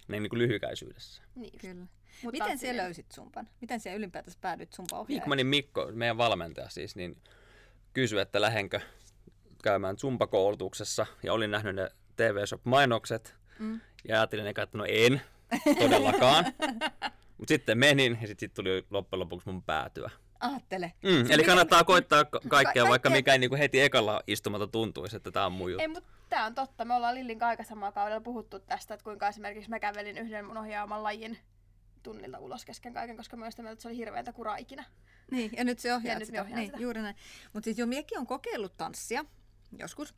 C: niin, niin kuin lyhykäisyydessä.
B: Niin just.
A: kyllä.
B: Mut
A: Miten
B: tanssinen.
A: siellä löysit sumpan? Miten siellä ylipäätänsä päädyit sumpa ohjaajaksi?
C: Viikmanin Mikko, meidän valmentaja siis, niin kysyi, että lähdenkö käymään Zumba-koulutuksessa ja olin nähnyt ne TV Shop-mainokset
A: Mm.
C: ja ajattelin eka, että no en, todellakaan. Mutta sitten menin ja sitten sit tuli loppujen lopuksi mun päätyä.
A: Niin, Aattele.
C: Mm, eli
A: miten-
C: kannattaa koittaa ka- kaikkea,
A: niin, kaikkea.
C: vaikka mikä ei niinku heti ekalla istumalta tuntuisi, että tämä on mun juttu.
B: Ei, mutta tämä on totta. Me ollaan Lillin kanssa aika samalla kaudella puhuttu tästä, että kuinka esimerkiksi mä kävelin yhden mun ohjaaman lajin tunnilta ulos kesken kaiken, koska mä olin sitä mieltä, että se oli hirveäntä kuraa ikinä.
A: Niin, ja nyt se ohjaa
B: Ja nyt me
A: sitä.
B: ohjaan
A: niin,
B: sitä.
A: Juuri näin. Mutta siis jo miekin on kokeillut tanssia joskus.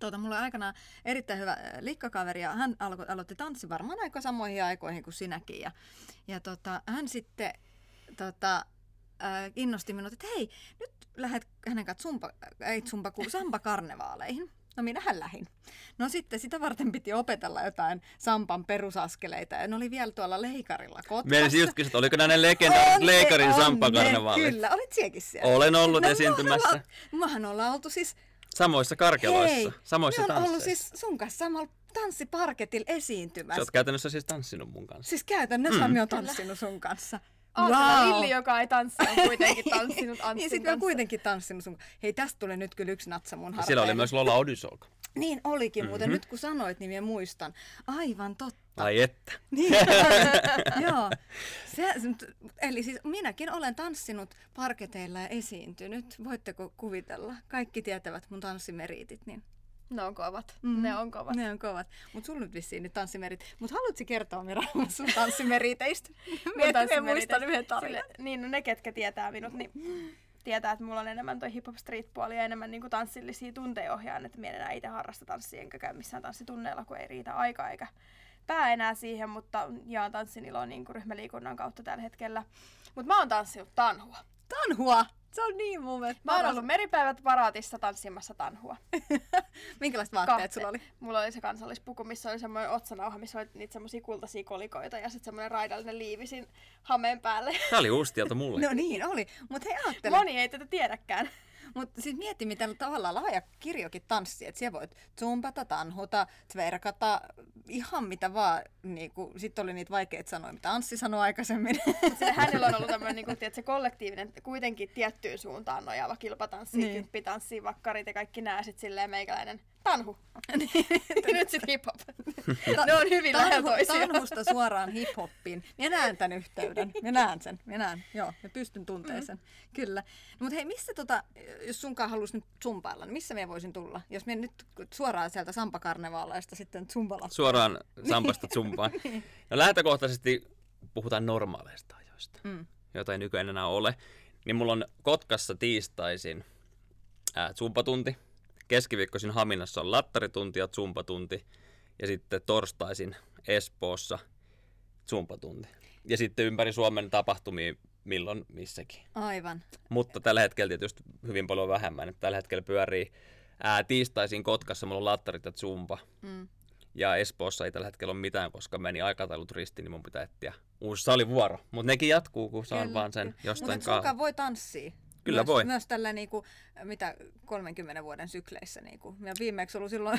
A: Tuota, mulla oli aikanaan erittäin hyvä äh, likkakaveri ja hän alko, aloitti tanssin varmaan aika samoihin aikoihin kuin sinäkin. Ja, ja tota, hän sitten tota, äh, äh, innosti minut, että hei, nyt lähdet hänen kanssa zumba, ei zumba, ku, samba karnevaaleihin. No minähän lähin. No sitten sitä varten piti opetella jotain Sampan perusaskeleita ja ne oli vielä tuolla leikarilla
C: Meidän
A: Kotkassa.
C: just kysyä, siis että oliko nämä ne legendaariset
A: On
C: leikarin
A: ne, on
C: sampakarnevaalit?
A: ne, Kyllä, olit siekin siellä.
C: Olen ollut
A: No,
C: esiintymässä
A: muahan olla- Muahan ollaan oltu siis,
C: samoissa karkeloissa,
A: hei,
C: samoissa
A: me on ollut
C: tansseissa.
A: siis sun kanssa samalla tanssiparketilla
C: Sä
A: esiintymässä.
C: oot käytännössä siis tanssinut mun kanssa.
A: Siis käytännössä mm. me on tanssinut sun kanssa.
B: Aatella Lilli, joka ei tanssi, on kuitenkin tanssinut Antsin
A: niin sit mä
B: kanssa.
A: oon kuitenkin tanssinut sun Hei, tästä tuli nyt kyllä yksi natsa mun
C: Ja
A: harteille.
C: siellä oli myös Lola Odysolka.
A: Niin olikin muuten, mm-hmm. nyt kun sanoit, niin mä muistan. Aivan totta.
C: Ai että.
A: Niin, joo. Se, se- eli siis minäkin olen tanssinut parketeilla ja esiintynyt. Voitteko kuvitella? Kaikki tietävät mun tanssimeriitit, niin
B: Ne on kovat.
A: Mm.
B: Mm. Ne on kovat.
A: ne on kovat. Mutta sulla nyt vissiin nyt tanssimerit. Mutta haluatko kertoa Mira sun tanssimeriteistä? Mä en- mä en muista yhden tarinan.
B: Sille- Niin, no ne, ketkä tietää minut, niin tietää, että mulla on enemmän toi hip hop street puoli ja enemmän niinku tanssillisia tunteja ohjaan, että minä en enää itse harrasta tanssia, enkä käy missään tanssitunneilla, kun ei riitä aikaa eikä pää enää siihen, mutta jaan tanssin iloa niinku ryhmäliikunnan kautta tällä hetkellä. Mutta mä oon tanssinut tanhua.
A: Tanhua! Se on niin mun mielestä.
B: Mä oon
A: paras.
B: ollut meripäivät paraatissa tanssimassa tanhua.
A: Minkälaiset vaatteet sulla oli?
B: Mulla oli se kansallispuku, missä oli semmoinen otsanauha, missä oli niitä semmoisia kultaisia kolikoita ja sitten semmoinen raidallinen liivisin hameen päälle.
C: Tää oli uusi tieto mulle.
A: No niin oli, mutta hei ajattele.
B: Moni ei tätä tiedäkään.
A: Mutta siis mieti, miten tavallaan laaja kirjokin tanssi, että siellä voit zumpata, tanhuta, tverkata, ihan mitä vaan. Niinku, Sitten oli niitä vaikeita sanoja, mitä Anssi sanoi aikaisemmin.
B: Mut sille Siis hänellä on ollut tämmöinen niinku, tiedätkö, kollektiivinen, kuitenkin tiettyyn suuntaan nojaava kilpatanssi,
A: Niin.
B: niin. kymppitanssi, vakkarit ja kaikki nää sit silleen meikäläinen tanhu.
A: Niin.
B: Nyt sit hiphop. ne on hyvin lähellä toisiaan.
A: Tanhusta suoraan hiphoppiin. Minä näen tämän yhteyden. Minä näen sen. Minä näen. Joo, mä pystyn tunteeseen. sen. Kyllä. No, mutta hei, missä tota, jos sunkaan haluaisi nyt zumpailla, niin missä me voisin tulla? Jos me nyt suoraan sieltä Sampakarnevaalaista sitten zumpala.
C: Suoraan sampasta zumpaan.
A: Niin.
C: No lähtökohtaisesti puhutaan normaaleista ajoista,
A: Mm.
C: joita ei nykyään enää ole. Niin mulla on Kotkassa tiistaisin ää, zumpatunti, keskiviikkoisin Haminassa on lattaritunti ja zumpatunti, ja sitten torstaisin Espoossa zumpatunti. Ja sitten ympäri Suomen tapahtumia milloin missäkin.
A: Aivan.
C: Mutta tällä hetkellä tietysti hyvin paljon vähemmän. Että Tällä hetkellä pyörii ää, tiistaisin Kotkassa, mulla on lattarit ja zumba.
A: Mm.
C: Ja Espoossa ei tällä hetkellä ole mitään, koska meni aikataulut ristiin, niin mun pitää etsiä uusi salivuoro. Mutta nekin jatkuu, kun saan
A: Kyllä, No,
C: vaan sen jostain
A: Mutta sunkaan
C: kautta.
A: voi tanssia.
C: Kyllä
A: myös,
C: voi.
A: Myös tällä niinku, mitä 30 vuoden sykleissä. Niinku. Ja viimeksi ollut silloin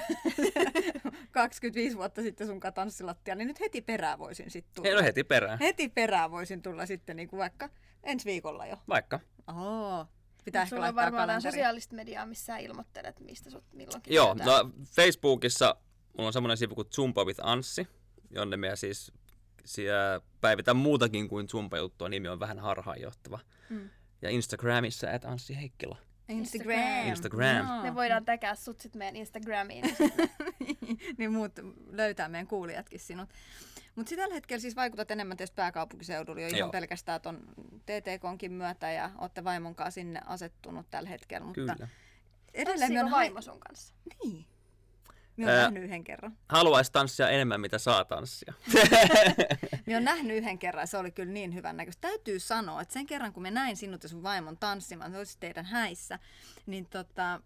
A: 25 vuotta sitten sunkaan tanssilattia, niin nyt heti perään voisin sitten tulla.
C: Ei no heti perään,
A: Heti perään voisin tulla sitten niinku vaikka ensi viikolla jo.
C: vaikka.
A: Oo. Pitää
B: Mut
A: ehkä
B: Sulla on
A: laittaa
B: varmaan jotain
A: kalenteriin.
B: sosiaalista mediaa, missä sä ilmoittelet, mistä sut milloinkin
C: Joo,
B: löydetään.
C: no Facebookissa mulla on semmoinen sivu kuin Zumba with Anssi, jonne minä siis siellä päivitän muutakin kuin Zumba-juttua. Nimi on vähän harhaanjohtava.
B: Mm.
C: Ja Instagramissa at Anssi Heikkilä.
A: Instagram.
C: Instagram.
A: Joo.
B: Me voidaan täkää sut sit meidän Instagramiin.
A: niin muut löytää meidän kuulijatkin sinut. Mutta tällä hetkellä siis vaikutat enemmän tietysti pääkaupunkiseudulla jo ihan
C: Joo.
A: pelkästään ton TTKnkin myötä ja olette vaimonkaan sinne asettunut tällä hetkellä. Mutta
C: Kyllä.
A: edelleen me on
B: niinku vaimo sun kanssa.
A: Niin. Me on
C: Ää.
A: nähnyt yhden kerran.
C: Haluaisi tanssia enemmän, mitä saa tanssia.
A: Me on nähnyt yhden kerran ja se oli kyllä niin hyvän näköistä. Täytyy sanoa, että sen kerran kun me näin sinut ja sun vaimon tanssimaan, se olisi teidän häissä, niin tota,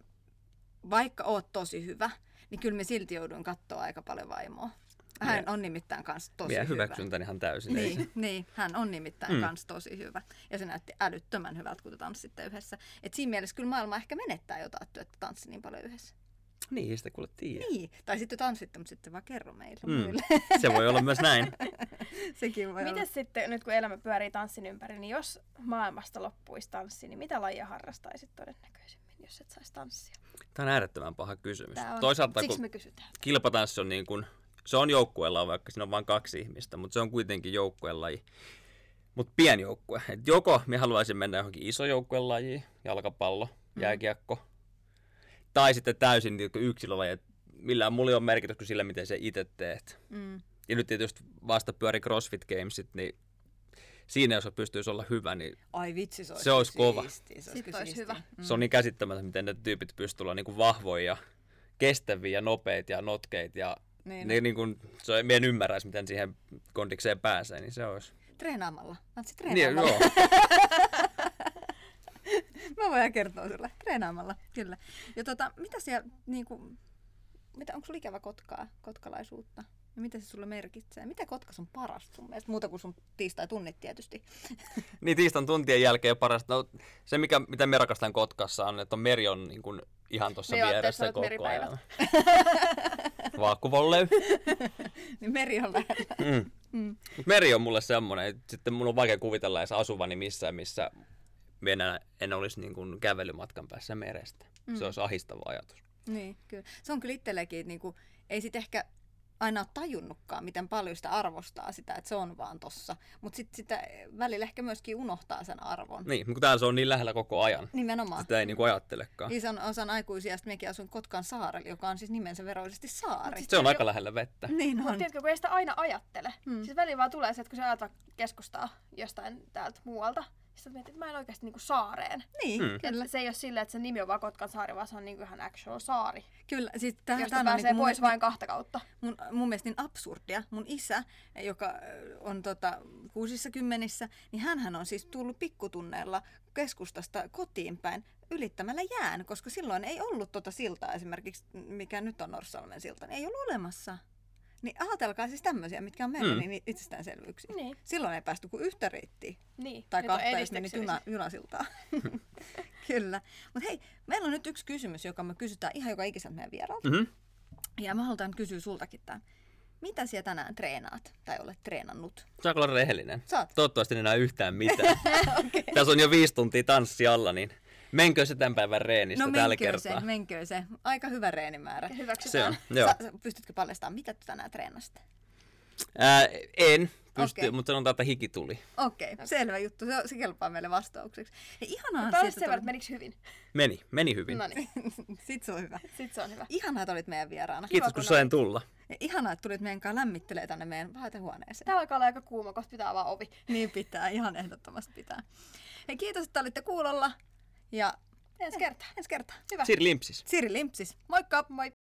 A: vaikka oot tosi hyvä, niin kyllä me silti jouduin katsoa aika paljon vaimoa. Hän
C: Mie-
A: on nimittäin kanssa tosi
C: Minä
A: hyvä.
C: hyväksyn tän ihan täysin. ei se-
A: Niin, niin, hän on nimittäin
C: Mm.
A: mm. kans tosi hyvä. Ja se näytti älyttömän hyvältä, kun te tanssitte yhdessä. Et siinä mielessä kyllä maailma ehkä menettää jotain, että te tanssi niin paljon yhdessä.
C: Niin, ei sitä kuule tiedä.
A: Niin, tai sitten tanssitte, mutta sitten vaan kerro meille.
C: Mm.
A: muille.
B: Niin.
C: Se voi olla myös näin.
A: Sekin voi olla.
B: Miten sitten nyt kun elämä pyörii tanssin ympäri, niin jos maailmasta loppuisi tanssi, niin mitä lajia harrastaisit todennäköisemmin, jos et saisi tanssia?
C: Tämä on äärettömän paha kysymys.
B: Tää on,
C: Toisaalta
B: siksi
C: kun
B: me kysytään.
C: kilpatanssi on niin kuin, se on joukkueella, vaikka siinä on vain kaksi ihmistä, mutta se on kuitenkin joukkueen laji. Mutta pieni joukkue. Et joko me haluaisin mennä johonkin iso joukkueen lajiin, jalkapallo,
B: Mm.
C: jääkiekko, tai sitten täysin niinku yksilölaji, et millään mulla ei ole merkitystä kuin sillä, miten se itse teet.
A: Mm.
C: Ja nyt tietysti vasta pyöri CrossFit Gamesit, niin siinä jos pystyisi olla hyvä, niin
A: Ai vitsi, se olisi,
C: Se olisi
A: kyllä
C: kova.
A: siistiä, Se olisi,
B: Sit
A: kyllä
B: olisi
A: siistiä.
B: hyvä.
A: Mm.
C: Se on niin käsittämätöntä, miten ne tyypit pystyy olla niin kuin vahvoja ja kestäviä ja nopeita ja notkeita. Ja
A: Niin,
C: niin. Ne, niin kuin, se, mie en ymmärräisi, miten siihen kondikseen pääsee, niin se olisi.
A: Treenaamalla. Antsi,
C: Niin,
A: treenaamalla.
C: joo.
A: Mä voin kertoa sulle. Treenaamalla, kyllä. Ja tota, mitä siellä, niinku, mitä, onko sulla ikävä kotkaa, kotkalaisuutta? Ja mitä se sulle merkitsee? Mitä Kotkas on parasta sun mielestä? Muuta kuin sun tiistai-tunnit tietysti.
C: Niin tiistan tuntien jälkeen parasta. No, se, mikä, mitä me rakastan Kotkassa on, että meri on niin kuin ihan tuossa
B: Me ajattelin,
C: vieressä
B: että sä olet
C: koko ajan. Vaakkuvolley.
A: niin meri on lähellä.
C: Mm.
A: Mm.
C: Mut meri on mulle semmoinen, että sitten mun on vaikea kuvitella edes asuvani missään, missä minä enää- en olisi niin kuin kävelymatkan päässä merestä. Mm.
A: Mm.
C: Se olisi ahistava ajatus.
A: Niin, kyllä. Se on kyllä itselläkin, niin kuin, ei sit ehkä aina ole tajunnutkaan, miten paljon sitä arvostaa sitä, että se on vaan tossa. Mutta sitten sitä välillä ehkä myöskin unohtaa sen arvon.
C: Niin, kun täällä se on niin lähellä koko ajan.
A: Nimenomaan.
C: Sitä ei niin kuin ajattelekaan.
A: Niin, se on osan aikuisia, että mekin asun Kotkan saarella, joka on siis nimensä veroisesti saari.
B: Mut
C: Se on aika lähellä vettä.
A: Niin
B: Mut
A: on.
B: tiedätkö, kun ei sitä aina ajattele.
A: Mm.
B: Mm. Siis välillä vaan tulee se, että kun sä ajat vaikka keskustaa jostain täältä muualta, sitten mietit, että mä en oikeasti niinku saareen.
A: Niin,
C: Mm.
A: kyllä.
B: Se ei ole silleen, että se nimi on vaan Kotkan saari, vaan se on niinku ihan actual saari,
A: Kyllä, siis
B: Tähän,
A: tähän,
B: josta
A: on
B: pääsee
A: niinku mun
B: pois
A: mielestä-
B: vain kahta kautta.
A: mun, mun mielestä niin absurdia. Mun isä, joka ö, on tota, kuusissa kymmenissä, niin hänhän on siis tullut pikkutunneella keskustasta kotiin päin ylittämällä jään, koska silloin ei ollut tota siltaa esimerkiksi, mikä nyt on Norssalmen silta, niin ei ollut olemassa. Niin ajatelkaa siis tämmöisiä, mitkä on meillä
C: Mm.
A: mm. niin itsestäänselvyyksiä.
B: Niin.
A: Silloin ei päästy kuin yhtä reittiä
B: Niin.
A: tai
B: Nyt on
A: kahta, jos meni
B: edistyksellisiä.
A: juna, junasiltaa. Kyllä. Mutta hei, meillä on nyt yksi kysymys, joka me kysytään ihan joka ikiseltä meidän vieraalta.
C: Mm-hmm.
A: Ja mä halutaan kysyä sultakin tämän. Mitä siellä tänään treenaat tai olet treenannut?
C: Saanko olla rehellinen?
A: Saat.
C: Toivottavasti en enää yhtään mitään. Tässä on jo viisi tuntia tanssi alla, niin menkö se tämän päivän reenistä tällä
A: menköön
C: kertaa?
A: No se, menköön se. Aika hyvä reenimäärä.
C: se
B: Hyväksytään.
C: on, joo.
A: Sä, sä pystytkö paljastamaan, mitä tu tänään treenasit?
C: Ää, en pysty,
A: Okei.
C: okay. mutta sanotaan, että hiki tuli.
A: Okei, okay, selvä juttu. Se, se kelpaa meille vastaukseksi. Ja ihanaa,
B: Tämä oli sen verran, että menikö hyvin?
C: Meni, meni hyvin.
B: No niin,
A: Sitten se on hyvä.
B: sit se on hyvä.
A: Ihanaa, että olit meidän vieraana.
C: Kiitos,
B: Kiva, kun
C: kun sain tulla.
A: Ja ihanaa, että tulit meidän kanssa lämmittelee tänne meidän vaatehuoneeseen.
B: Tää alkaa olla aika kuuma, kohta pitää avaa ovi.
A: Niin pitää, ihan ehdottomasti pitää. Hei, kiitos, että olitte kuulolla. Ja
B: Ensi kertaa.
A: ensi kertaan.
B: Hyvä.
C: Sir Limpsis.
A: Siri Limpsis, moikka!
B: Moi.